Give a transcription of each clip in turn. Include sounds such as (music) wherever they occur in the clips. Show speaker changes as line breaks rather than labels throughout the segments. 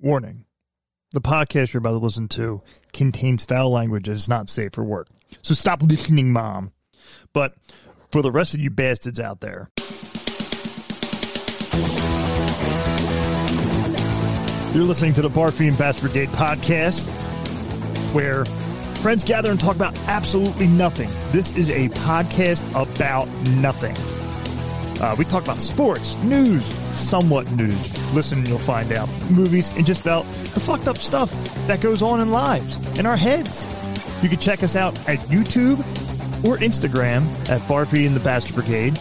Warning The podcast you're about to listen to contains foul language that is not safe for work. So stop listening, Mom. But for the rest of you bastards out there, you're listening to the Barfy and Bass Brigade podcast, where friends gather and talk about absolutely nothing. This is a podcast about nothing. Uh, we talk about sports, news, somewhat news. Listen, and you'll find out. Movies, and just about the fucked up stuff that goes on in lives, in our heads. You can check us out at YouTube or Instagram at Barfy and the Bastard Brigade,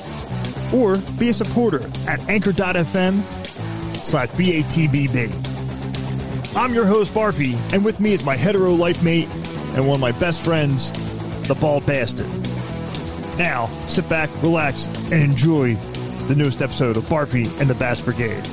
or be a supporter at anchor.fm slash BATBB. I'm your host, Barfy, and with me is my hetero life mate and one of my best friends, the Bald Bastard. Now, sit back, relax, and enjoy the newest episode of Barfy and the Bass Brigade.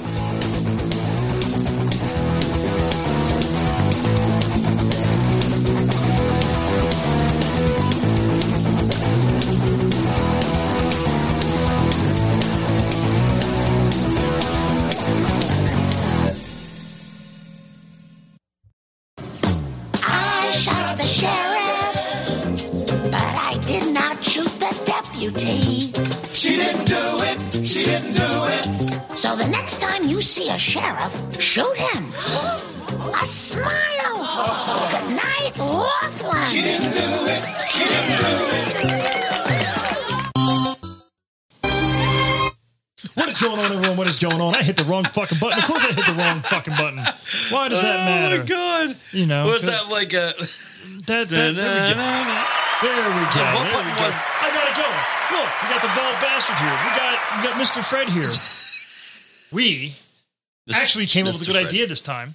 I shot the sheriff, but I did not shoot the deputy.
She didn't do it. She didn't do it.
So the next time you see a sheriff, shoot him. (gasps) A smile. Good night,
She
Laughlin.
didn't do it. She didn't do it.
What is going on, everyone? What is going on? I hit the wrong fucking button. Of course, I hit the wrong fucking button. Why does that matter?
Oh my god!
You know,
was
good.
that like a?
That- that- there we go. There we go.
what
there
button
we go.
was-
I got it going. Look, we got the bald bastard here. We got we got Mr. Fred (laughs) here. We
This-
actually came up with a
Mr.
good
Fred.
idea this time.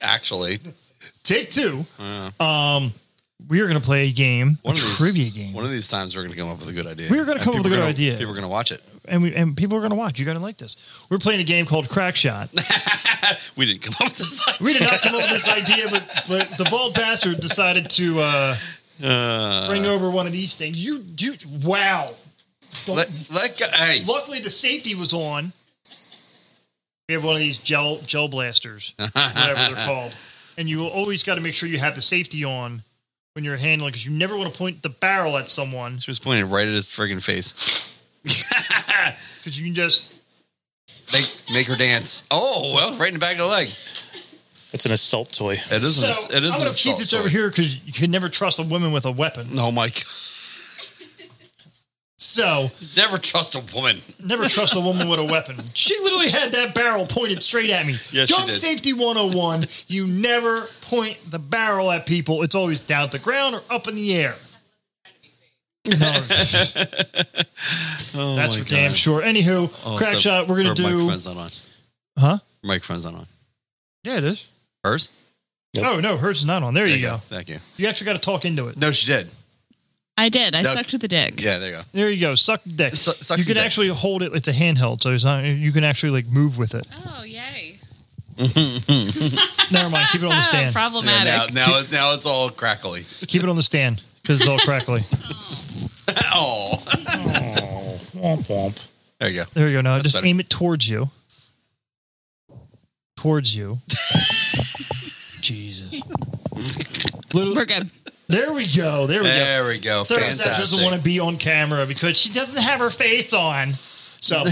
Actually,
Take two. Um, we are going to play a game,
one
a
of these,
trivia game,
One of these times, we're going to come up with a good idea.
We are gonna
And
come up with a
people
good
are gonna-
idea.
People are going to watch it.
and we and people are going to watch. You're going to like this. We're playing a game called Crack Shot.
We didn't come up with this. Idea.
We did not come up with this idea, but, but the bald bastard decided to uh,
Uh,
bring over one of these things. You, you, wow! Don't-
let let go. Hey,
luckily, the safety was on. We have one of these gel gel blasters, whatever
(laughs)
they're called, and you always got to make sure you have the safety on when you're handling because you never want to point the barrel at someone
she was pointing right at his friggin' face. (laughs)
because you can just
Make make her dance. Oh well, right in the back of the leg.
It's an assault toy.
It is.
So,
an, it is
I'm
an
going to keep
assault
this
toy. Oh,
over here because you can never trust a woman with a weapon.
No, Mike.
So
Never trust a woman.
never trust a woman with a weapon. (laughs) She literally had that barrel pointed straight at me.
Yes, she
Gun
did.
safety 101. You never point the barrel at people. It's always down at the ground or up in the air. No. That's
Oh,
for
God.
damn sure. Anywho,
Oh,
crack
so
shot. We're gonna
her
do.
Microphone's not on.
Huh?
Her Microphone's not on.
Yeah, it is.
Hers.
Oh no, hers is not on. There, you go.
Thank you.
You actually got to talk into it.
No, she did.
I did. I
No.
sucked the dick.
Yeah, there you go.
There you go. Suck the dick.
Su- sucks
you
the
can
dick.
actually hold it. It's a handheld, so it's not, you can actually like move with it.
Oh, yay. Oh,
Never mind. Keep
(laughs)
it on the stand.
Yeah,
Problematic.
now, now, now it's all crackly. (laughs)
Keep it on the stand because it's all crackly.
oh,
(laughs) Womp womp.
there you go.
There you go. Now just
better.
aim it towards you. Towards
(laughs)
you. Jesus.
We're good.
There we go. There we go.
There we go.
Third doesn't want
Fantastic.
to be on camera because she doesn't have her face on. So,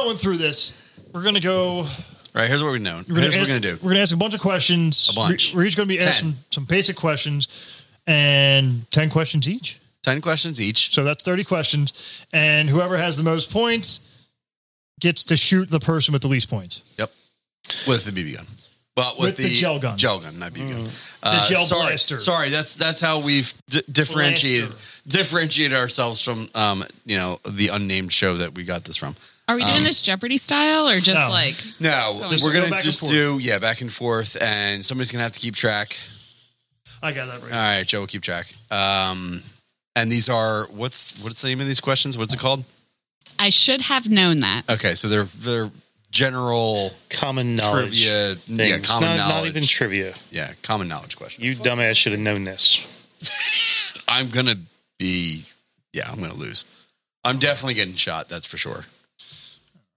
(laughs)
going through this, we're gonna go.
Right here's what we know.
We're gonna,
Here's what
ask,
we're gonna do.
we're gonna ask a bunch of questions.
A bunch.
We- We're each gonna be asked
Ten.
some, some basic questions, and ten questions each.
Ten questions each.
So that's 30 questions. And whoever has the most points gets to shoot the person with the least points.
Yep. With the BB gun. But with,
With the gel gun.
Gel gun, not BB gun. Uh,
gel
sorry,
blaster.
Sorry, that's that's how we've d- differentiated differentiated ourselves from um, you know the unnamed show that we got this from.
Are we doing
Um,
this Jeopardy style or just
No.
like
No,
Just
we're
go
gonna
back and
just
forth.
do yeah back and forth, and somebody's gonna have to keep track.
I got that right.
All right, Joe will keep track. Um, and these are what's what's the name of these questions? What's it called?
I should have known that?
Okay, so they're they're general
Common knowledge.
Trivia-
things.
yeah, common
not,
knowledge.
Not even trivia.
yeah common knowledge question.
You dumbass should have known this.
(laughs) I'm gonna be yeah I'm gonna lose. I'm definitely getting shot. That's for sure.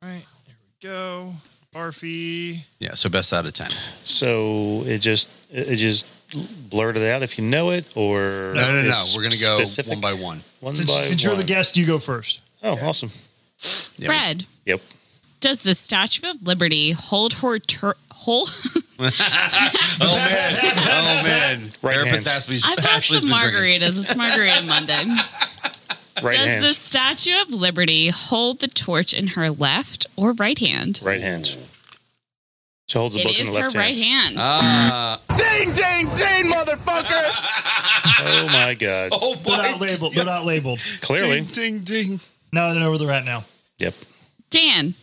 All right. There we go. Barfy.
Yeah, so best out of ten.
So it just it it just blurted out if you know it or
No, no, no.
it's
We're gonna go
specific?
one by
(laughs)
one.
One
Since,
by
since you're the
one.
guest, you go first.
Oh, awesome.
Yeah, we-
Fred,
Yep.
does the Statue of Liberty hold her tur- whole?
(laughs) Oh man! Oh man!
Right
Therapist
hands.
Ashley's,
I bought
Ashley's
some
been drinking.
margaritas.
(laughs)
It's Margarita Monday.
Right
does
hand.
the Statue of Liberty hold the torch in her left or right hand?
Right hand. She holds the
It
book in the
is her
left
right hand.
Ah!
Ding, ding, ding, motherfucker!
Oh my god.
(laughs)
oh
They're not labeled. They're not labeled.
Clearly.
Ding, ding, ding.
No, I don't know where they're at now.
Yep.
Dan,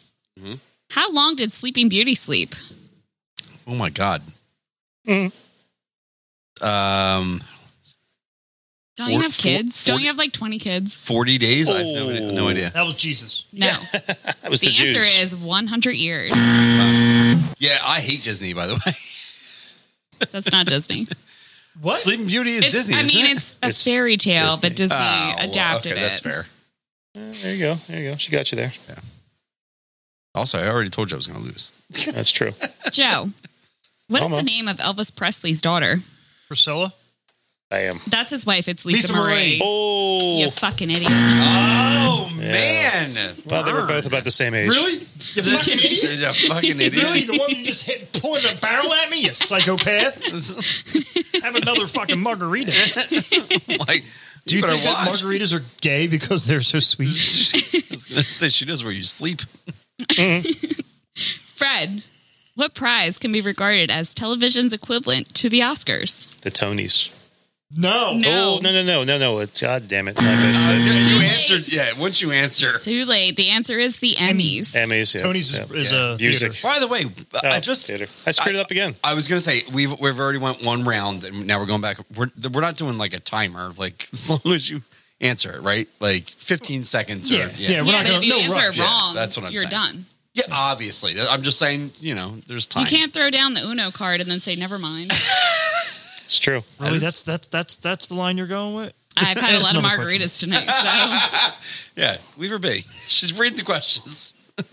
mm-hmm.
how long did Sleeping Beauty sleep?
Oh my god.
Mm.
Um,
Don't
Four-
you have
four-
kids? Don't
forty-
you have like 20 kids?
forty days. I have no, idea- no
Oh.
idea.
That was Jesus.
No.
That was
The
the,
answer
Jews.
is 100 years.
Yeah, I hate Disney. By the (laughs) way,
That's not Disney.
What?
Uh,
Sleeping Beauty is
It's-
Disney.
I mean,
isn't it?
it's a
It's
fairy tale, but Disney
Oh, well,
adapted
okay,
it.
That's fair.
Uh, there you go. There you go. She got you there.
Also, I already told you I was going to lose.
That's true.
Joe, what is
Elmo.
the name of Elvis Presley's daughter?
(laughs) Priscilla?
I am.
That's his wife. It's Lisa,
Lisa
Marie.
Marie.
Oh.
You fucking idiot.
Oh
man. Well, they were both about the same age.
You fucking idiot.
Yeah, fucking idiot.
Really? The one you just hit pointed a barrel at (laughs) me, you psychopath? Have another fucking margarita.
Like,
Do you,
better
think that
watch.
margaritas are gay because they're so sweet?
(laughs) I was going to say she knows where you sleep.
Fred, what prize can be regarded as television's equivalent to the Oscars?
The Tonys.
No.
No.
Oh no no no no no! It's God damn it! I missed it.
you answered. Yeah, once you answer.
Too late. The answer is the Emmys.
Emmys. Yeah.
Tony's is-
yeah,
is uh,
yeah.
a
music.
By the way, I
Oh,
just.
theater. I screwed it up again.
I was gonna say we've we've already went one round and now we're going back. We're we're not doing like a timer. Like (laughs) as long as you answer it right, like fifteen seconds. Or,
Yeah. Yeah, we're
yeah,
not
but
going
if you
no
answer
rush.
it wrong,
Yeah, that's what I'm
you're
saying.
done.
Yeah, obviously. I'm just saying, you know, there's time.
You can't throw down the Uno card and then say, never mind.
It's true.
Really? That's that's that's that's the line you're going with?
I've had a
That's
lot of
another question.
margaritas tonight.
Yeah, leave her be. (laughs) She's reading the questions.
So,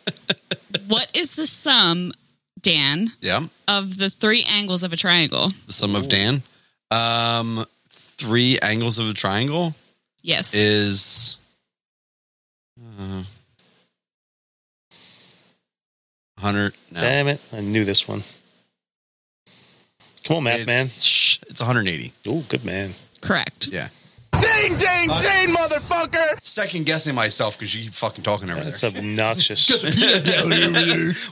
what is the sum, Dan,
Yeah,
of the three angles of a triangle?
the sum of Dan. Um, three angles of a triangle
Yes.
is. Uh, Hundred. No,
Damn it! I knew this one. Come on, math
it's,
man.
shh, It's 180.
Oh, good man.
Correct.
Yeah.
Ding, ding, ding, motherfucker!
Second guessing myself because you keep fucking talking over
That's
there.
(laughs)
obnoxious.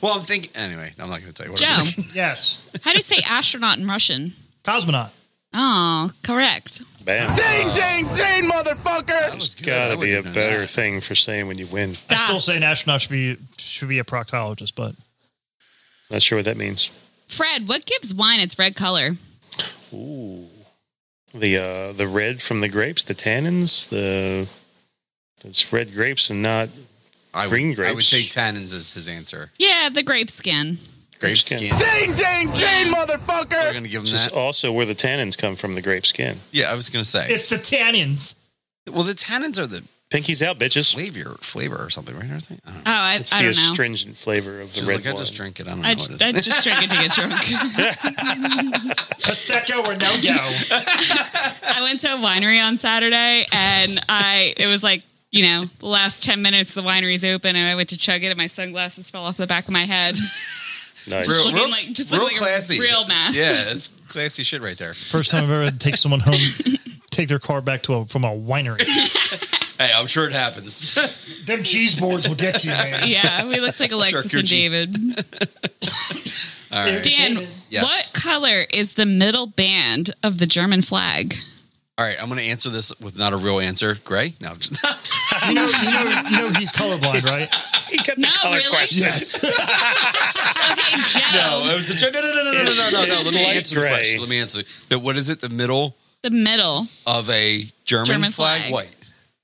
well, I'm thinking. Anyway, I'm not going to tell you what. I was
Joe,
thinking.
Yes.
how do you say astronaut in Russian?
Cosmonaut.
Oh, correct.
Bam.
Ding, ding, ding, motherfucker!
was good. I
Gotta
wouldn't
be a
have known
better
that.
thing for saying when you win.
I
Stop.
still say an astronaut should be should be a proctologist, but
Not sure what that means.
Fred, what gives wine its red color?
Ooh. The uh, the red from the grapes, the tannins, the it's red grapes and not
I would,
Green
I would
grapes.
say tannins is his answer.
Yeah, the grape skin.
Grape
skin.
skin.
Ding, ding, ding,
So we're
motherfucker!
going to give him
which is
that.
also where the tannins come from, the grape skin.
Yeah, I was going to say.
it's the tannins.
Well, the tannins are the
Pinkies out, bitches.
flavor, flavor or something, right? Or thing? I don't
Oh,
know.
I,
It's
I
the
don't know.
astringent flavor of the
She's
red
like, I
wine.
just drink it. I don't know
I,
what
j-
it
I
is.
just drank it to get drunk.
(laughs) Prosecco or no go.
I went to a winery on Saturday and I it was like, you know, the last 10 minutes the winery's open and I went to chug it and my sunglasses fell off the back of my head.
(laughs)
Nice.
Real,
looking like- just look like a real mess.
Yeah, it's classy shit right there.
First time I've ever had to take someone home, take their car back to a from a winery.
Hey, I'm sure it happens. (laughs)
Them cheese boards will get you, man.
Yeah, we looked like Alexis and
Charcuterie.
David.
All right.
Dan,
Yes.
what color is the middle band of the German flag?
All right, I'm going to answer this with not a real answer. Gray? No. I'm just-
You know, you know, you know he's colorblind, right?
He got the
No,
color
really?
(laughs)
question.
Yes.
Okay, Joe.
no, Oh, it was a, no, no, no, no, no, no, no, no.
It's
Let me
light
answer the
gray.
question. Let me answer that. What is it? The middle
The middle.
of a German,
German
flag?
flag.
White.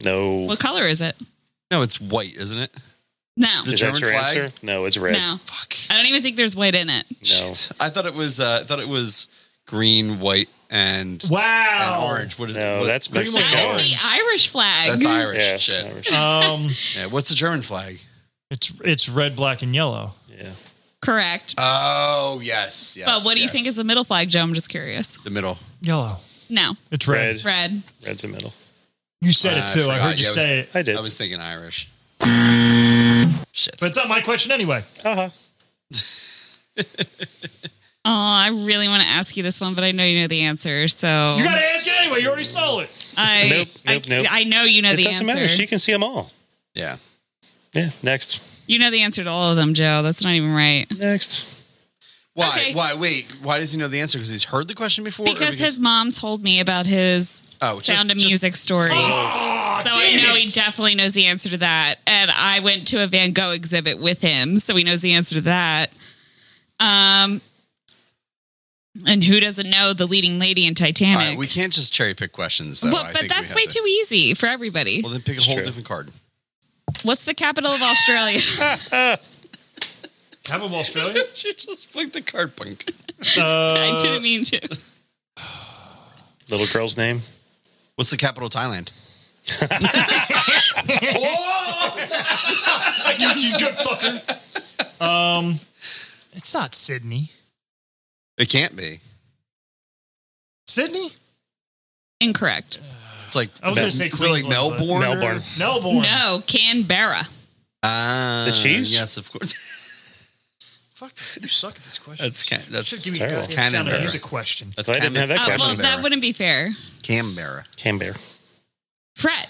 No.
What color is it?
No, it's white, isn't it?
No.
The
Is that
German
your
flag?
answer? No, it's red.
No.
Fuck.
I don't even think there's white in it.
No.
Shit. I thought it was. Uh, I thought it was green, white, and, and
Wow.
orange. What is
No,
what-
that's
Green, white,
Mexican.
orange.
That's the Irish flag.
That's Irish
Yeah,
shit.
Irish.
Um,
Yeah, what's the German flag?
it's it's red, black, and yellow.
Yeah.
Correct.
Oh yes, yes.
but what do you
yes.
think is the middle flag, Joe? I'm just curious.
the middle?
Yellow.
No.
It's red.
Red.
Red.
Red's the middle.
You said
Uh,
it
I
too. I,
forgot.
heard you
Yeah, I
say
was-
it.
I did.
I was thinking Irish. Shit.
But it's not my question anyway.
uh huh.
Oh, I really want to ask you this one, but I know you know the answer. So
You got to ask it anyway. You already sold it.
I,
Nope, nope,
I,
nope.
I know you know
It
the
doesn't
answer.
matter. She can see them all.
yeah.
Yeah. Next.
You know the answer to all of them, Joe. That's not even right.
Next.
Why?
Okay.
Why? Wait. Why does he know the answer? Because he's heard the question before. or
Because his mom told me about his
Oh, just-
sound of
just- Oh,
music story. so I
damn
know he
it.
definitely knows the answer to that. And I went to a Van Gogh exhibit with him, so he knows the answer to that. Um and who doesn't know the leading lady in
All
Titanic?
right, we can't just cherry pick questions though. I
but but
think we
that's
have
way
to-
too easy for everybody.
Well, then pick a
It's
whole
true.
different card. (laughs)
What's the capital of Australia? (laughs)
Capital of Australia.
she just flicked the card punk.
I
uh,
didn't mean to.
Little girl's name.
What's the capital of Thailand?
I got you, good fucker. Um, it's not Sydney.
It can't be.
Sydney?
Incorrect.
It's like
I was gonna say
is it like
Queensland, but-
Melbourne. or-
Melbourne.
Melbourne.
No, Canberra.
Ah,
The cheese?
Yes, of course. (laughs)
Fuck, you suck at this question.
that's can, that's
should give me a
terrible.
goddamn sound of
Canberra.
music question.
that's
Well, I didn't have that
Uh, well,
question.
that wouldn't be fair.
Canberra.
Canberra.
Fred,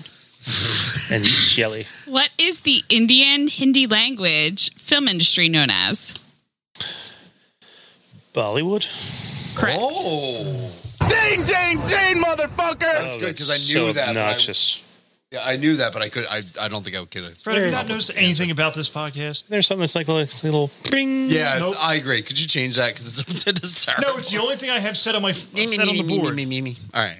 And Shelly.
what is the Indian Hindi language film industry known as?
Bollywood.
Correct.
Oh,
Ding, ding, ding, motherfucker!
Oh, That's
good, 'cause I knew
so
that, but I-
Obnoxious.
yeah, I knew that, but I could. I, I don't think I could. have-
Fred, have you not noticed anything about this podcast?
There's something that's like a little bing.
Yeah,
Nope.
I agree. Could you change that? Because it's up to desire.
No, it's the only thing I have said on my said on the board.
All right.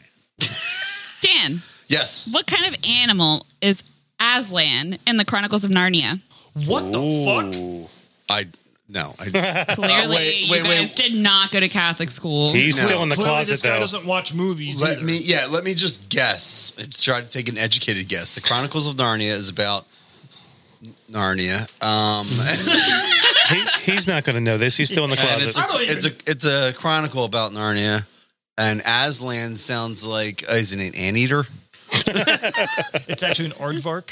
Dan,
Yes.
what kind of animal is Aslan in the Chronicles
(laughs)
of Narnia?
What the
Ooh.
I no. I,
Clearly,
Uh, wait, wait,
you guys
wait.
did not go to Catholic school.
He's
No.
still in the
fuck? Clearly,
closet
this guy
though.
doesn't watch movies.
let
either.
me. Yeah. Let me just guess. Let's try to take an educated guess. The Chronicles of Narnia is about Narnia. Um,
He, he's not going to know this. He's still in the
and
closet.
it's a, it's a it's a chronicle about Narnia. And Aslan sounds like uh, isn't it anteater?
It's actually an aardvark.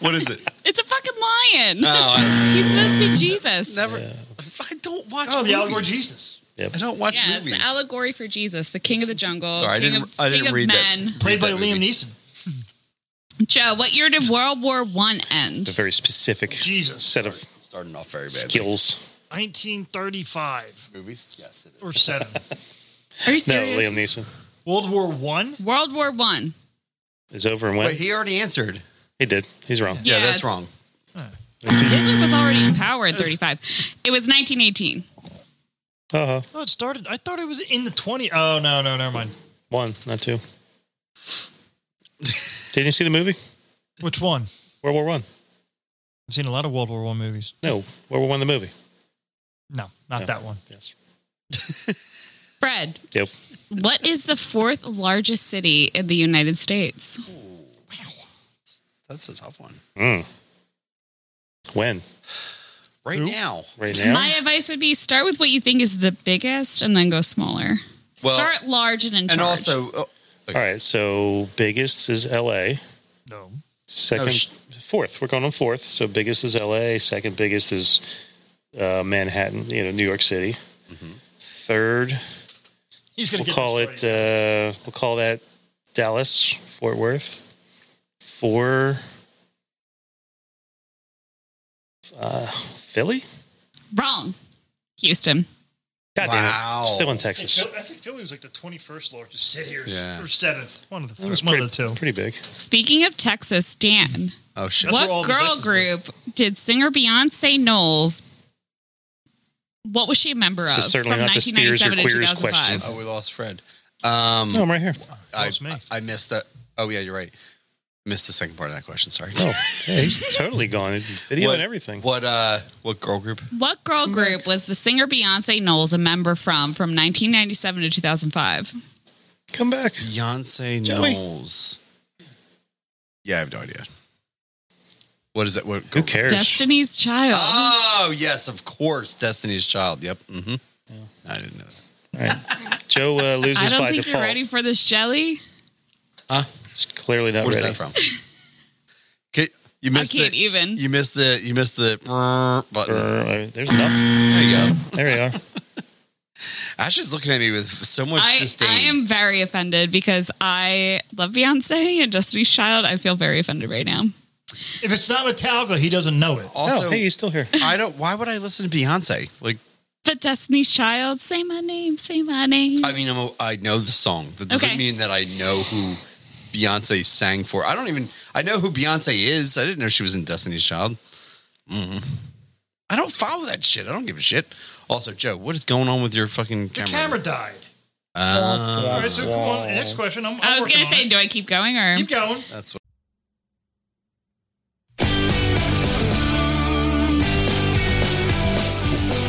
What is it?
It's a fucking lion.
oh,
(laughs)
I
He's supposed to be Jesus.
never. I don't watch.
(laughs) oh, the allegory
movies.
Jesus.
Yep.
I don't watch
Yeah, it's the
movies.
allegory for Jesus, the king of the jungle,
Sorry, I
king
didn't-
of,
I didn't
king of
read that.
men.
Played by
that
Liam
movie.
Neeson.
Joe, what year did World War One
a
end?
very specific
Jesus.
set of
Starting off very bad.
skills.
1935
Movies. Yes. It is.
or 7.
(laughs)
Are you
No,
serious?
Liam Neeson
World War 1?
World War One.
is over and went.
Wait, he already answered.
he did. He's wrong.
Yeah,
Yeah.
that's wrong.
Hitler was already in power in 35. It was 1918.
Uh huh.
Oh,
No, it started. I thought it was in the 20. Oh, no, no, never mind.
One, not two. Didn't you see the movie
Which one?
World War One?
I've seen a lot of World War 1 movies.
No, World War One the movie.
No, not
No.
that one.
Yes.
Fred,
Yep.
what is the fourth largest city in the United States?
That's a tough one.
Mm. When?
Right now.
Right now?
My advice would be start with what you think is the biggest and then go smaller.
Well,
start large and in
And
charge.
also, oh,
All right. So biggest is L.A.
No.
Second,
Oh, sh-
fourth. We're going on fourth. So biggest is L.A. Second biggest is uh, Manhattan. You know, New York City. Third,
He's going to
we'll
get
call
this
it. Uh, we'll call that Dallas, Fort Worth. Four. Uh, Philly.
wrong. Houston.
God damn it.
Wow.
Still in
right.
Texas.
I think Philly was like the 21st largest city or,
Yeah.
or 7th. One of the,
That
three,
was
one
pretty,
of the two.
pretty big.
Speaking of Texas, Dan,
oh shit.
That's where all
what
the
girl
Texas
group did singer Beyonce Knowles? What was she a member
This
of?
is certainly
from
not the steers or
1997 to
queers
2005?
question.
Oh, we lost Fred. Um,
No, I'm right here.
I,
lost me.
I, I missed that. Oh yeah, you're right. Missed the second part of that question. Sorry.
Oh, yeah, he's totally gone. It's Video and everything.
What uh? What girl group?
What girl
Mm-hmm.
group was the singer Beyonce Knowles a member from from 1997 to 2005?
Come back.
Beyonce
Joey.
Knowles. Yeah, I have no idea. What is that? What,
Who cares?
Destiny's Child.
Oh yes, of course, Destiny's Child. Yep. hmm I didn't know that.
All right. Joe uh,
I
loses
don't
by
think you're
default.
ready for this jelly.
He's clearly not
What is
ready.
that from? Okay, you missed
I can't
the,
even.
You missed the. You missed the brrr button.
Brr, uh, there's enough.
There you go.
There we are.
Ash is looking at me with so much
I,
disdain.
I am very offended because I love Beyonce and Destiny's Child. I feel very offended right now.
If it's not Metallica, he doesn't know it.
(laughs) also.
oh, hey, he's still here.
I don't. Why would I listen to Beyonce? Like,
But Destiny's Child, say my name, say my name.
I mean, I'm a, I know the song. That doesn't
Okay.
mean that I know who Beyonce sang for. I don't even. I know who Beyonce is. I didn't know she was in Destiny's Child. Mhm. I don't follow that shit. I don't give a shit. Also, Joe, what is going on with your fucking
The
camera?
camera died.
Uh,
All right, so come on. Next question. I'm, I'm
I was
working
going to
on
say,
it.
do I keep going or?
keep going.
that's what.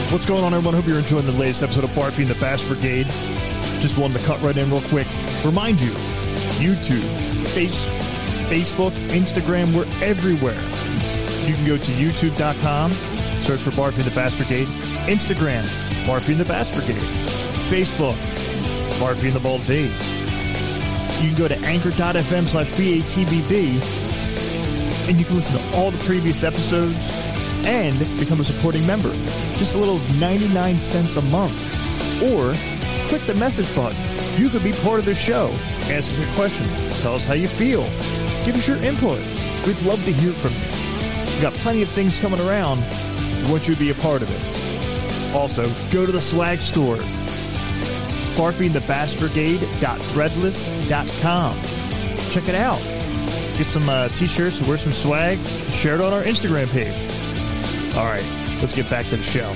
What's going on, everyone? Hope you're enjoying the latest episode of Barfy and the Bass Brigade. Just wanted to cut right in real quick. Remind you, YouTube, face, Facebook, Instagram, we're everywhere. You can go to youtube.com, search for Barfy and the Bass Brigade, Instagram, Barfy and the Bass Brigade, Facebook, Barfy and the Bald Days. You can go to anchor.fm slash BATBB and you can listen to all the previous episodes and become a supporting member. Just a little as 99 cents a month. Or click the message button. You could be part of the show. Ask us a question. Tell us how you feel. Give us your input. We'd love to hear from you. We've got plenty of things coming around. We want you to be a part of it. Also, go to the swag store. BarfingTheBassBrigade.threadless.com. Check it out get some uh, t-shirts, wear some swag, share it on our Instagram page. All right, let's get back to the show.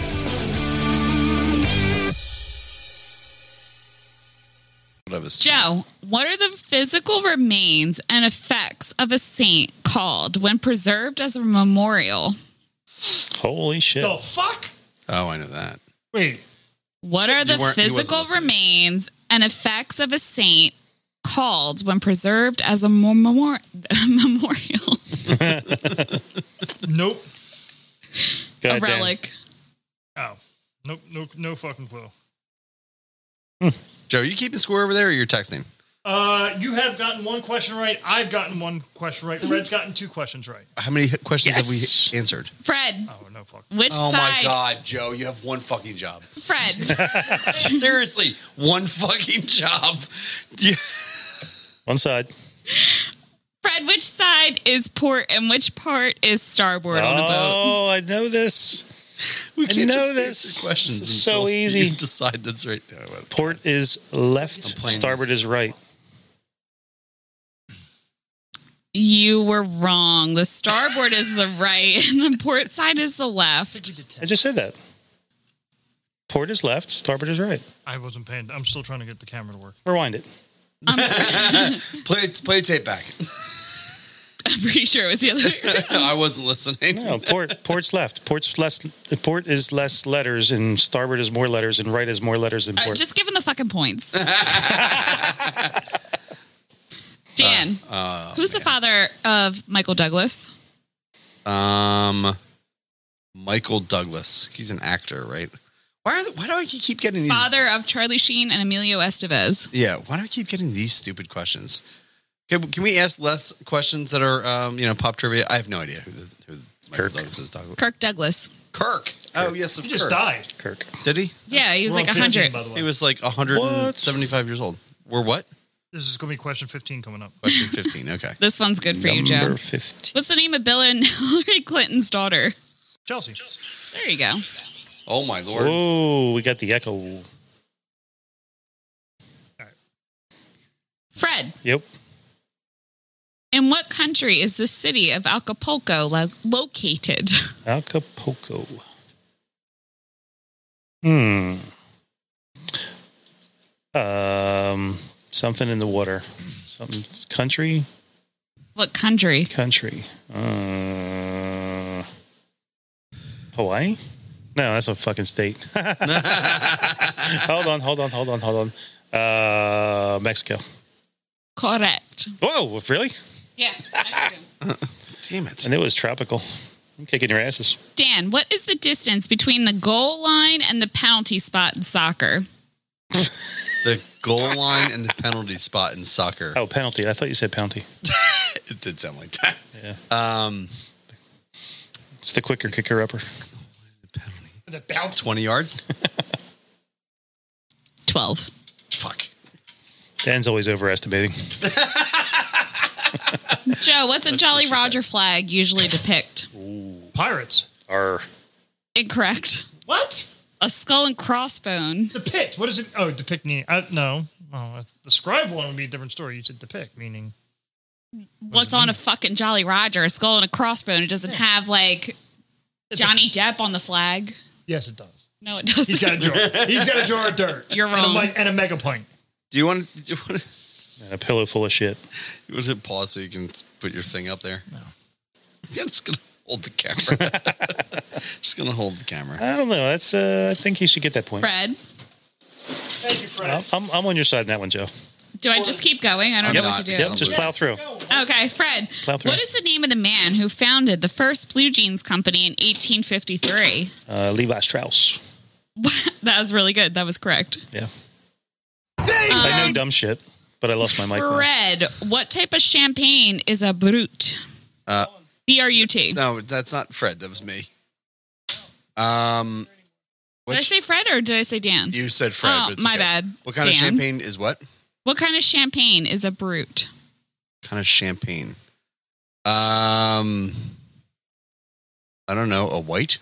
what I was-
Joe, what are the physical remains and effects of a saint called when preserved as a memorial?
Holy shit.
The fuck?
Oh, I know that.
Wait.
What are the
you weren't- you wasn't
physical
listening.
remains and effects of a saint called when preserved as a mo- memor- (laughs) memorial?
Nope.
a
God damn.
relic.
Oh. Nope. No. No fucking clue.
Joe, you keeping score over there, or you're texting?
Uh, you have gotten one question right. I've gotten one question right. Red's gotten two questions right.
How many questions
Yes.
have we answered?
Fred,
Oh no, fuck.
which
Oh
side?
my God, Joe, you have one fucking job. (laughs)
Fred,
Seriously, one fucking job. (laughs) You-
One side.
Fred, which side is port and which part is starboard on a boat?
Oh, I know this.
We
can't know this.
answer Questions
This is so
until
easy.
You (laughs) decide that's right. No, well,
Port is left,
I'm playing
starboard
this.
is right.
You were wrong. The starboard is the right (laughs) and the port side is the left.
I just said that. Port is left, starboard is right.
I wasn't paying. I'm still trying to get the camera to work.
Rewind it.
Play play tape back.
I'm pretty sure it was the other.
(laughs) I wasn't listening.
No, port (laughs) port's left. Port's less the port is less letters and starboard is more letters and right is more letters than
All right,
port.
just give him the
(laughs)
fucking points. Dan,
Uh,
who's the father of Michael Douglas?
(laughs) Um, Michael Douglas. He's an actor, right? Why are the, why do I keep getting these?
Father of Charlie Sheen and Emilio Estevez.
Yeah, why do I keep getting these stupid questions? Can, can we ask less questions that are um, you know pop trivia? I have no idea who the who the Michael
Kirk.
Douglas is talking about.
Kirk Douglas.
Kirk. Oh yes, of
He just
Kirk.
died.
Kirk.
Did he?
yeah, he was
We're on
like
15,
100.
By the way,
He was like 175 years old. We're what?
this is gonna be question 15 coming up.
Question 15. Okay.
This one's good for you, Joe.
Number fifteen.
What's the name of Bill and (laughs) Hillary Clinton's daughter?
Chelsea.
There you go.
(laughs) Oh my lord.
Oh, we got the echo.
Fred,
Yep.
in what country is the city of Acapulco lo- located? (laughs)
Acapulco. Hmm. Um, something in the water. Something country,
What country?
country. Uh, Hawaii? No, that's a fucking state. (laughs) hold on, hold on, hold on, hold on. Uh, Mexico.
Correct.
Whoa, really?
Yeah.
Damn it.
and it was tropical. I'm kicking your asses.
(laughs) Dan, what is the distance between the goal line and the penalty spot in soccer?
The goal line and the penalty spot in soccer. (laughs)
Oh, penalty. I thought you said penalty.
It did sound like that.
Yeah.
Um,
It's the quicker kicker upper.
penalty.
The bounce.
20 yards?
12.
Fuck.
Dan's always overestimating.
Joe, what's a Jolly
what she
Roger flag usually depict?
Pirates.
Arr.
Incorrect.
What?
A skull and crossbone.
Depict. What is it? Oh, depict me. Uh, no. Oh, that's, describe one would be a different story. You said depict, meaning
What's on a fucking Jolly Roger? A skull and a crossbone. It doesn't have like
It's a-
Johnny Depp on the flag.
yes, it does.
No, it doesn't.
(laughs) He's got a jar. He's got a jar of
(laughs)
dirt.
You're
And a,
wrong.
mi- and a mega pint.
Do you want to, do you want to,
And a pillow full of shit.
you want to pause so you can put your thing up there? No. Yeah, (laughs) I'm just going to hold the camera. (laughs) just going to hold the camera.
I don't know. That's. Uh, I think he should get that point.
Fred,
Thank you, Fred.
I'm, I'm- I'm on your side in that one, Joe.
do I just keep going? I don't
I'm
know
not.
what to do.
Yep, just plow through.
Okay, Fred.
Plow through.
What is the name of the man who founded the first blue jeans company in 1853?
Uh, Levi Strauss.
(laughs) that was really good. That was correct.
Yeah. I know dumb shit, but I lost my mic. now.
Fred, what type of champagne is a brut?
Uh,
B R U T. Did
No, that's not Fred. That was me. Um,
I
which-
say Fred or did I say Dan?
you said Fred.
Oh,
but it's
my
okay.
bad.
What kind of
Dan.
champagne is what?
What kind of champagne is a brut?
kind of champagne? Um, I don't know. A white?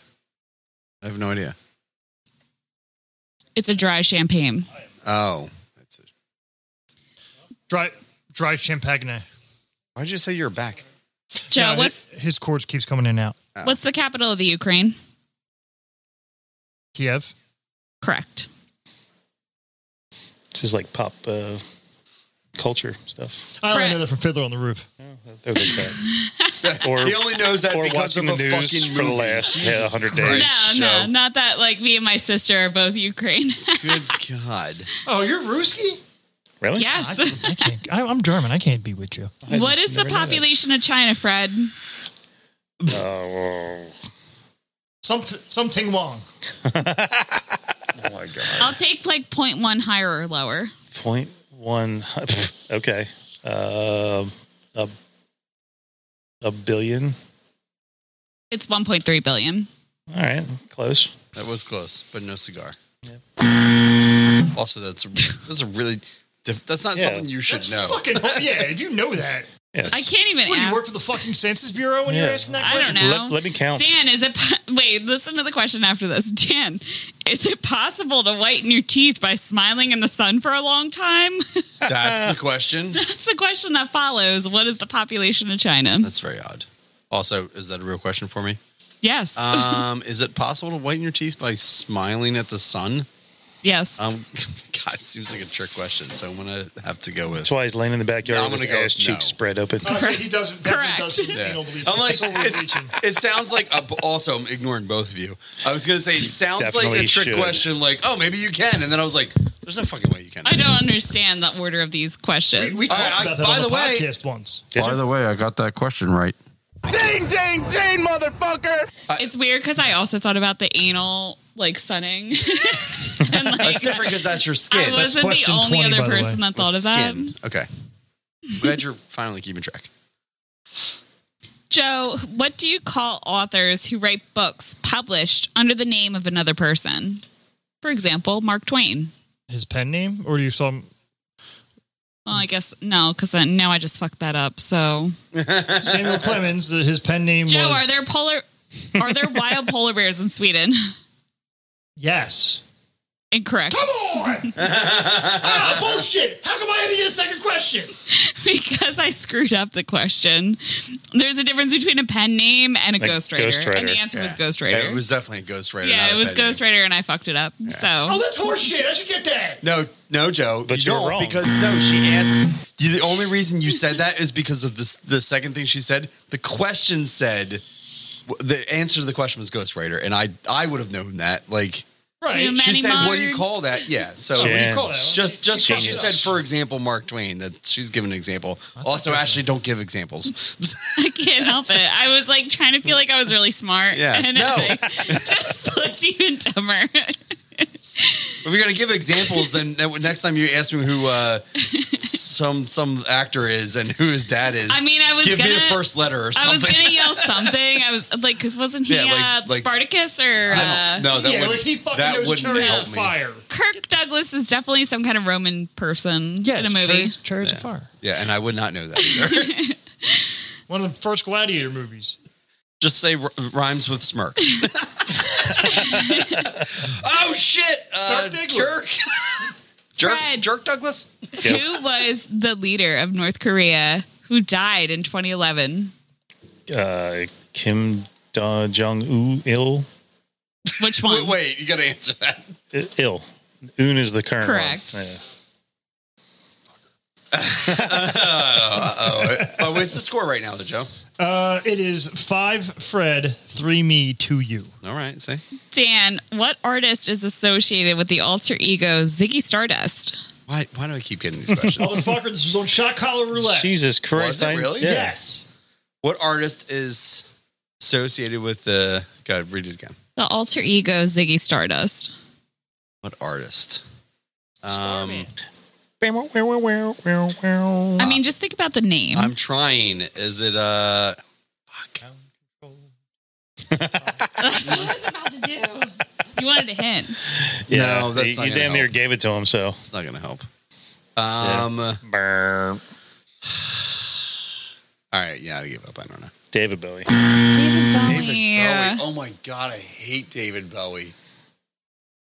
I have no idea.
It's a dry champagne.
Oh, that's it.
Dry, dry champagne.
Why did you say you're back?
Joe,
No,
what's
his, his cords keeps coming in and out.
uh,
what's the capital of the Ukraine?
Kiev.
Correct.
This is like pop uh, culture stuff.
I only
Fred.
know that from Fiddler on the Roof.
There goes that. (laughs) or
He only knows that
or
because of
watching
a
the news
fucking
for the
movie.
last yeah,
Jesus
100
No,
days.
Christ,
no,
Joe.
(laughs) not that. Like me and my sister are both Ukraine. (laughs)
Good God.
Oh, you're Ruski?
Really?
yes.
I can't. I, I'm German. I can't be with you.
what is the population of China, Fred?
Oh,
Something, something wrong.
oh my God.
I'll take like 0.1 higher or lower.
Point one. (laughs) okay. Um a, a billion.
It's 1.3 billion.
All right. Close.
That was close, but no cigar. Also, that's that's a really diff- that's not
Yeah.
something you should
That's
know.
fucking yeah. If you know
(laughs)
that,
Yeah.
I can't even
what do you
ask.
work for the fucking Census Bureau when you're
Yeah.
asking that
I
question?
don't know.
Let, let me count.
Dan, is it po- wait? Listen to the question after this. Dan, is it possible to whiten your teeth by smiling in the sun for a long time? (laughs)
That's the question.
That's the question that follows. What is the population of China?
That's very odd. Also, is that a real question for me?
Yes,
Uh,
Um, is it possible to whiten your teeth by smiling at the sun?
yes.
uh,
Um, (laughs) God, it seems like a trick question, so I'm gonna have to go with.
That's why he's laying in the backyard
Yeah, I'm
with his
gonna go
ass
with no.
cheeks spread open.
I say he does definitely does some
Yeah.
anal bleaching.
I'm like,
Solar
it's-
bleaching.
it sounds like. uh, also, I'm ignoring both of you. I was gonna say it sounds like a
definitely
trick
should.
question, like, oh, maybe you can, and then I was like, there's no fucking way you can.
I don't understand the order of these questions.
We
All
talked
right, I-
about that
by
on the,
the way-
podcast once.
By
the way, I got that question right.
Ding, ding, ding, motherfucker!
it's weird because I also thought about the anal like sunning, (laughs) and like
That's different because that's your skin.
I wasn't the
question
only
20, by
other
the way.
person that thought of that.
skin. Okay. Glad you're finally keeping track.
Joe, what do you call authors who write books published under the name of another person? For example, Mark Twain.
His pen name, or do you saw him?
Well, I guess no, because now I just fucked that up. So,
(laughs)
Samuel Clemens? uh, His pen name
Joe,
was
are there polar,
(laughs)
are there wild polar bears in Sweden? (laughs)
yes.
Incorrect,
(laughs)
on! ah, bullshit! How come I had to get a second question?
(laughs) because I screwed up the question. There's a difference between a pen name and a
Like
ghostwriter,
ghostwriter,
and the answer was ghostwriter.
It was definitely a ghostwriter.
yeah,
not
it
a
was
pen name. Oh,
ghostwriter, and I fucked it up. So,
Oh, that's horseshit. I should get that.
No, no, Joe.
But
you
you're
don't,
wrong.
because no, she asked. You, the only reason you said that is because of this. The second thing she said, the question said, the answer to the question was Ghost Rider, and I, I would have known that. Like,
Right.
Too
She
many
said, "What do you
marks.
call that?" Yeah. So
What do
Yeah.
you call that?
just just
She-
she,
she-
said, for example, Mark Twain. That she's giving an example. also,
a good
Ashley, don't give examples. (laughs)
I can't help it. I was like trying to feel like I was really smart.
Yeah.
And
No.
I just looked even dumber.
if you're gonna give examples, then then next time you ask me who
(laughs)
uh, some some actor is and who his dad is,
I mean, I was
give me
gonna-
a first letter or
I was
something.
going to yell something. I was like, because wasn't he
Yeah, like-
uh,
like-
Spartacus or
I
uh,
don't- no, that
yeah,
would
like he fucking
that
knows
wouldn't
chariots
help
of
me.
fire.
Kirk Douglas is definitely some kind of Roman person in a movie.
Chariots, chariots of Fire.
Yeah, and I would not know that.
(laughs)
Either.
One of the first Gladiator movies.
Just say r- rhymes with
(laughs)
smirk. oh shit! Uh,
Dirk Diggler. (laughs)
jerk, jerk,
Fred.
jerk, Douglas.
Who was the leader of North Korea who died in 2011?
Uh, Kim Da Jong U Il
Which one?
Wait, wait, you gotta answer that.
Il. Un is the current. one.
Correct.
Yeah.
(laughs)
Oh, wait, it's the score right now, though, Joe.
Uh, it is five Fred, three me, two you.
All right, see.
Dan, what artist is associated with the alter ego Ziggy Stardust?
Why, why do I keep getting these
(laughs)
questions?
Motherfucker, this was on shot collar roulette.
Jesus Christ!
Was it
I-
really?
Yeah.
yes.
what artist is associated with the? Gotta read it again.
The alter ego Ziggy Stardust.
What artist? Um,
Wow, wow, wow, wow, wow, wow.
I mean, just think about the name.
I'm trying. Is it uh? Fuck.
That's what I was about to do. You wanted a hint.
Yeah,
No, that's
you,
not
you
gonna
damn near
help.
gave it to him. So,
It's not gonna help. Um.
Brr.
(sighs) All right. Yeah, I give up. I don't know.
David Bowie.
David Bowie.
David Bowie. Oh my god, I hate David Bowie.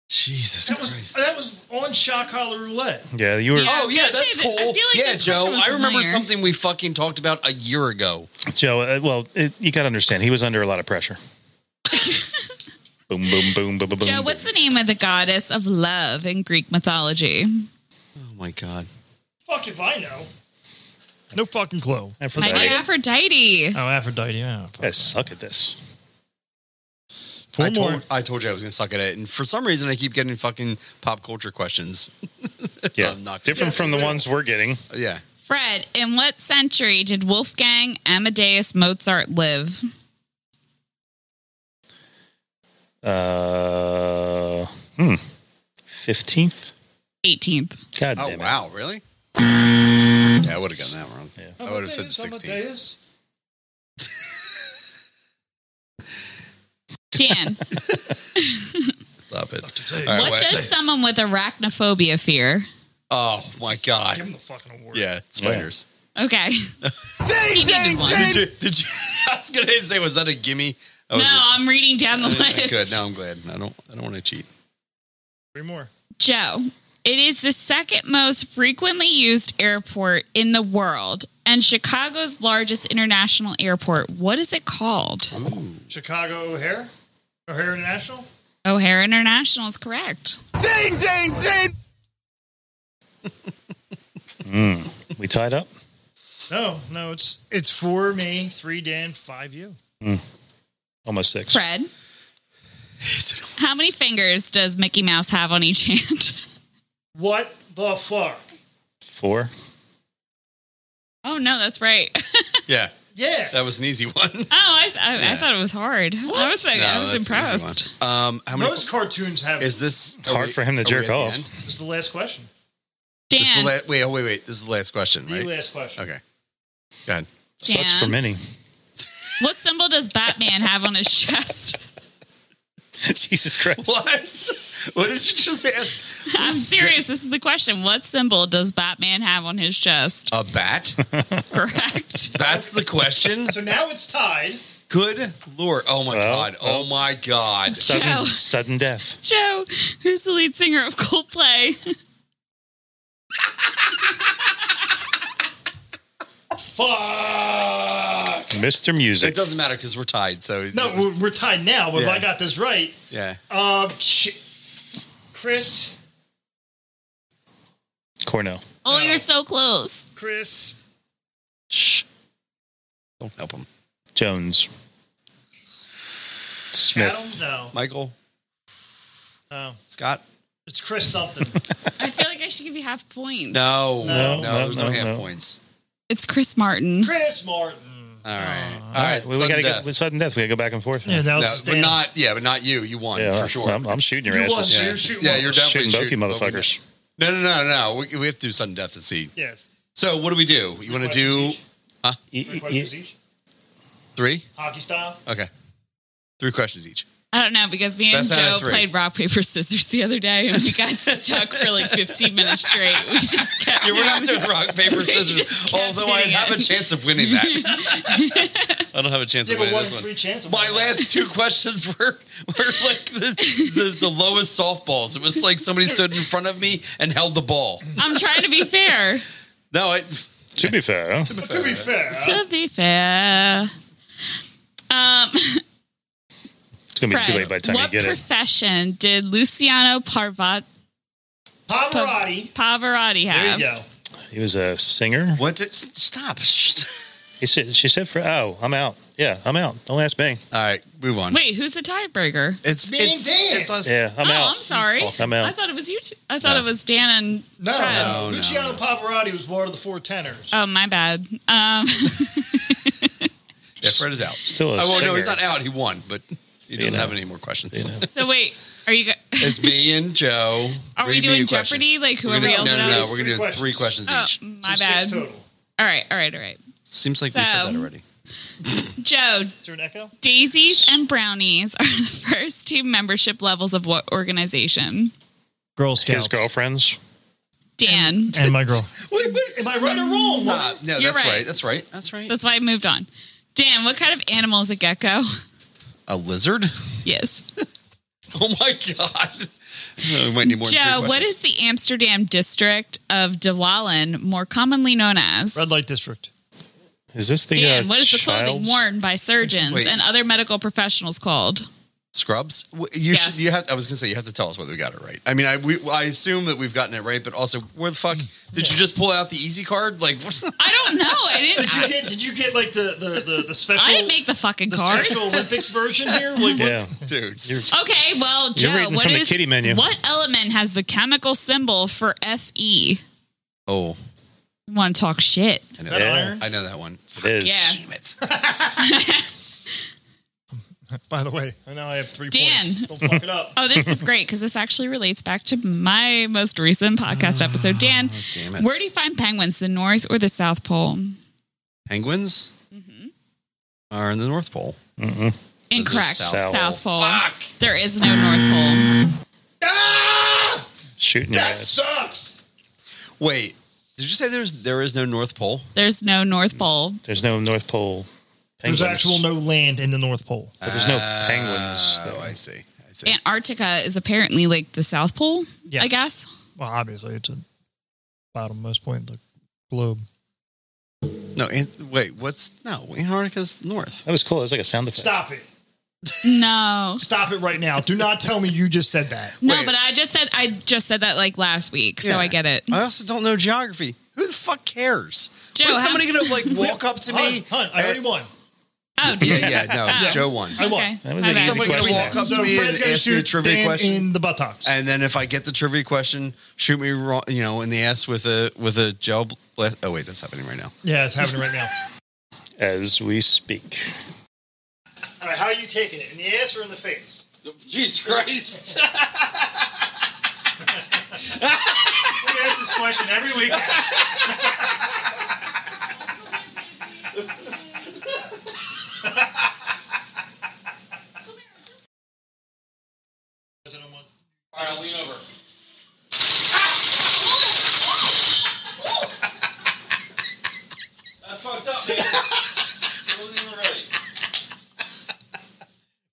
Jesus
That was
Christ.
that was on shot collar roulette.
Yeah, you were.
Yeah. I
Oh
was
yeah,
gonna
that's
say that- I
cool.
feel like
yeah,
this
Joe,
question was
I remember
familiar.
something we fucking talked about a year ago.
Joe. Uh, well, it, you got to understand. He was under a lot of (laughs) pressure. boom, boom, boom, boom, boom.
Joe,
boom.
what's the name of the goddess of love in Greek mythology?
Oh my god.
Fuck if I know. No fucking clue.
My
Aphrodite.
Aphrodite.
Oh, Aphrodite. Yeah.
I suck at this.
I told, I told you I was gonna suck at it, and for some reason I keep getting fucking pop culture questions. (laughs)
Yeah,
I'm not-
different from the ones we're getting.
yeah,
Fred, in what century did Wolfgang Amadeus Mozart live?
Oh.
Uh, hmm. Fifteenth.
18th.
God
Oh
damn it.
wow, really? Yeah, I would have gotten that wrong. I would have said sixteen. (laughs)
Dan,
Stop it. All right,
what
wait.
does someone with arachnophobia fear?
Oh my
Give
god.
him the fucking award.
Yeah, spiders. (laughs)
Okay. He needed one.
Did you? Did you? (laughs) I was gonna say, was that a gimme? I
No,
was
I'm reading down the list.
Good. Now I'm glad. I don't. I don't want to cheat.
Three more.
Joe, it is the second most frequently used airport in the world and Chicago's largest international airport. What is it called?
Chicago O'Hare. O'Hare International.
O'Hare International is correct.
Ding, ding, ding!
We tied up.
No, no, it's it's four me, three Dan, five you.
Almost six.
(laughs)
Fred, how many fingers does Mickey Mouse have on each hand? (laughs)
What the fuck?
Four.
Oh, no, that's right. (laughs)
Yeah,
Yeah.
that was an easy one.
Oh, I, I, I
Yeah.
thought it was hard. I was, like,
No,
I
that's
was
an easy
impressed.
one. Um, how many?
Most cartoons have.
Is
Is,
this are
hard for him to
are we
jerk
at the
off.
end?
this is the last question.
This is
Dan,
the la- wait, oh, wait, wait. This is the last question,
The
right?
last question.
Okay. Go ahead. (laughs)
Sucks for
Dan,
many. (laughs)
what symbol does Batman have
(laughs)
on his chest?
Jesus Christ.
What? What did you just ask?
I'm serious. This is the question. What symbol does Batman have on his chest? (laughs)
A bat?
Correct.
That's the question.
So now it's tied.
Good lord! Oh my god! Oh my god!
Joe.
Sudden, sudden death.
Joe, who's the lead singer of Coldplay?
Fuck.
Mr.
It
Music.
doesn't matter because we're tied. So
No, we're, we're tied now. But
Yeah.
if I got this right,
yeah.
um, shit. Chris,
Cornell.
Oh, you're so close.
Chris,
Shh. Don't help him,
Jones. Smith.
Adam, no,
Michael.
Oh.
Scott?
It's Chris
(laughs)
something.
I feel like I should give you half points.
No, no,
No,
no,
no,
there's no,
no,
half
no.
points.
It's Chris Martin.
Chris Martin.
All right, all
All
right.
right, we, we
sudden
gotta
death.
go. Sudden death. We gotta go back and forth.
Yeah, that
No,
was
but
Stan.
not yeah, but not you. You won for sure.
I'm, I'm shooting your
You
asses.
won.
yeah,
Shoot, shoot,
yeah,
motherfuckers.
you're definitely
Shooting both you
both of you.
motherfuckers.
No, no, no, no. We, we have to do sudden death at sea.
Yes.
So what do we do? You want to do
questions
Y-
each. Three
y-
questions
y-
each.
three?
Hockey style.
Okay, three questions each.
I don't know because me and
Best out of
Joe
three.
played rock paper scissors the other day and we got stuck for like 15 minutes straight. We just kept.
(laughs) Yeah, we're not doing
doing-
rock paper scissors.
just kept
Although I
hitting
have a
it.
chance of winning that. (laughs) I don't have a chance
Yeah,
of
but
winning
one in
this
three
one.
chance. of
My
winning.
last two (laughs) questions were were like the, the, the lowest softballs. It was like somebody stood in front of me and held the ball.
I'm trying to be fair.
No, I
To be fair, huh?
But to be fair, uh,
to be fair. Um,
it's gonna be too
Fred,
late by the time you
what
get it.
profession did Luciano Parvat-
uh,
Pavarotti.
Pavarotti
There
have?
you go.
He was a singer.
what? Did, s- stop. (laughs)
He said. She said for. Oh, I'm out. Yeah, I'm out. Don't ask me.
All right, move on.
Wait, who's the tiebreaker?
It's
Me and
it's,
Dan.
it's us.
Yeah, I'm
oh,
out.
I'm sorry.
I'm
I
out.
thought it was you. Two. I thought
No.
it was Dan and
No,
Fred.
no, Luciano Pavarotti was one of the four tenors.
Oh, my bad. Um,
Yeah, Fred is out.
Still a
I won't. No,
singer.
he's not out. He won, but he doesn't
know.
have any more questions.
so wait, are you? go-
It's me and Joe.
Are we
Read me
doing
a question.
Jeopardy? Like
We're
whoever
gonna, no,
yells it
no,
out?
no.
It's
We're gonna do
three
three questions
questions.
Oh,
each.
So
my
six
bad.
total.
All right, all right, all right.
Seems like we said
So-
that already.
Joe,
Is there an echo?
daisies and brownies are (laughs) the first two membership levels of what organization?
Girl
His girlfriends.
Dan.
and my girl.
Wait, wait,
Am I right or wrong?
Stop. No,
You're
that's right.
right.
That's right. That's right.
That's why I moved on. Dan, what kind of animal is a gecko? (laughs)
a lizard?
Yes.
(laughs) Oh my god. No, we might need more. than
Joe,
three
what
questions.
is the Amsterdam district of Dwalin more commonly known as?
Red light district.
Is this the
Dan,
uh,
what is the clothing
child's-
worn by surgeons
Wait.
and other medical professionals called?
scrubs? W- You
Yes.
should. You have. I was gonna say you have to tell us whether we got it right. I mean, I we, I assume that we've gotten it right, but also where the fuck did you just pull out the easy card? Like, (laughs) what?
I don't know. I didn't.
Did you
I,
get? Did you get like the the the, the special?
I didn't make the fucking
the
card.
Special Olympics version here. Like,
Yeah.
what?
dude.
Okay, well, Joe,
You're reading
what
from the
is-
kiddie menu.
What element has the chemical symbol for Fe?
Oh,
You want to talk shit?
I know.
That
that.
iron.
I know that one.
It is.
Yeah.
Damn it. (laughs)
By the way, I now I have three
Dan.
points. Don't fuck
(laughs)
it up.
Oh,
(laughs)
this is great because this actually relates back to my most recent podcast
Ah,
episode. Dan,
damn it.
where do you find penguins, the North or the South Pole?
Penguins
Mm-hmm.
are in the North Pole.
Incorrect.
South.
South, Pole. There is no North
Ah,
Shooting your
that
ass.
sucks.
Wait, did you say there's there is no North Pole?
Pole. There's no North Pole.
There's no North Pole. Penguins.
There's actual no land in the North Pole.
But there's no penguins.
Oh,
there.
I see. I see.
Antarctica is apparently like the South Pole, I
Yes.
guess.
Well, obviously, it's a bottommost point of the globe.
no, Ant- wait. What's no? Antarctica's north.
That was cool. It was like a sound effect.
Stop it!
No.
Stop it right now! Do not tell me you just said that.
No,
Wait.
but I just said I just said that like last week, so
Yeah.
I get it.
Uh,
I also don't know geography. Who the fuck cares?
Joe,
What, is
how-
somebody gonna like
(laughs)
walk up to me?
Hun, hun, I already won.
Oh,
Yeah, yeah. No,
(laughs) Oh.
Joe won.
I won.
okay.
That was
My
an
bad.
easy
Somebody gonna
question.
walk up to
So
me and
Fred's gonna
ask me a
shoot
trivia
Dan
question.
in the buttocks.
and then if I get the trivia question, shoot me wrong, you know, in the ass with a with a gel. Bl- oh wait, that's happening right now.
yeah, it's happening right now.
As we speak.
(laughs) All right, how are you taking it? In the ass or in the face?
Jesus
(laughs)
Christ!
We ask this question every week.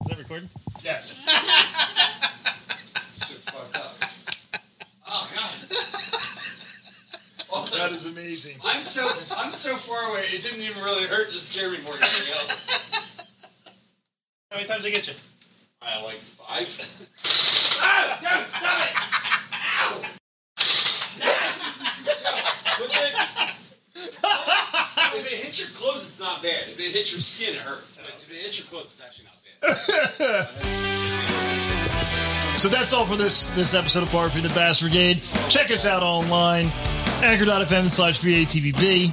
Is that recording? Yes.
Also,
That is amazing.
I'm so I'm so far away. It didn't even really hurt. Just scared me more than anything else.
How many times I get you?
I like five. oh, no, stop it! Ow! Look at- if it hits your clothes, it's not bad. If it hits your skin, it hurts. But if it hits your clothes, it's actually not bad.
So that's all for this this episode of Barfy the Bass Brigade. Check us out online, anchor.fm slash VATVB.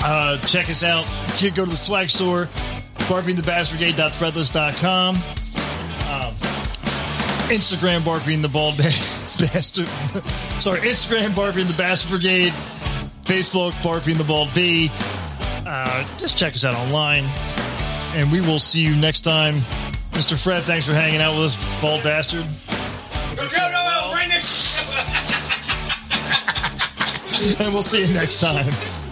Uh, check us out. You can go to the swag store, barfythebassbrigade.threadless.com. Um, Instagram Barfy and the Bald (laughs) Bastard. Sorry, Instagram Barfy and the Bass Brigade. Facebook Barfy and the Bald B. Uh, just check us out online. And we will see you next time. Mr. Fred, thanks for hanging out with us, bald bastard.
no, no, bring it.
(laughs) And we'll see you next time.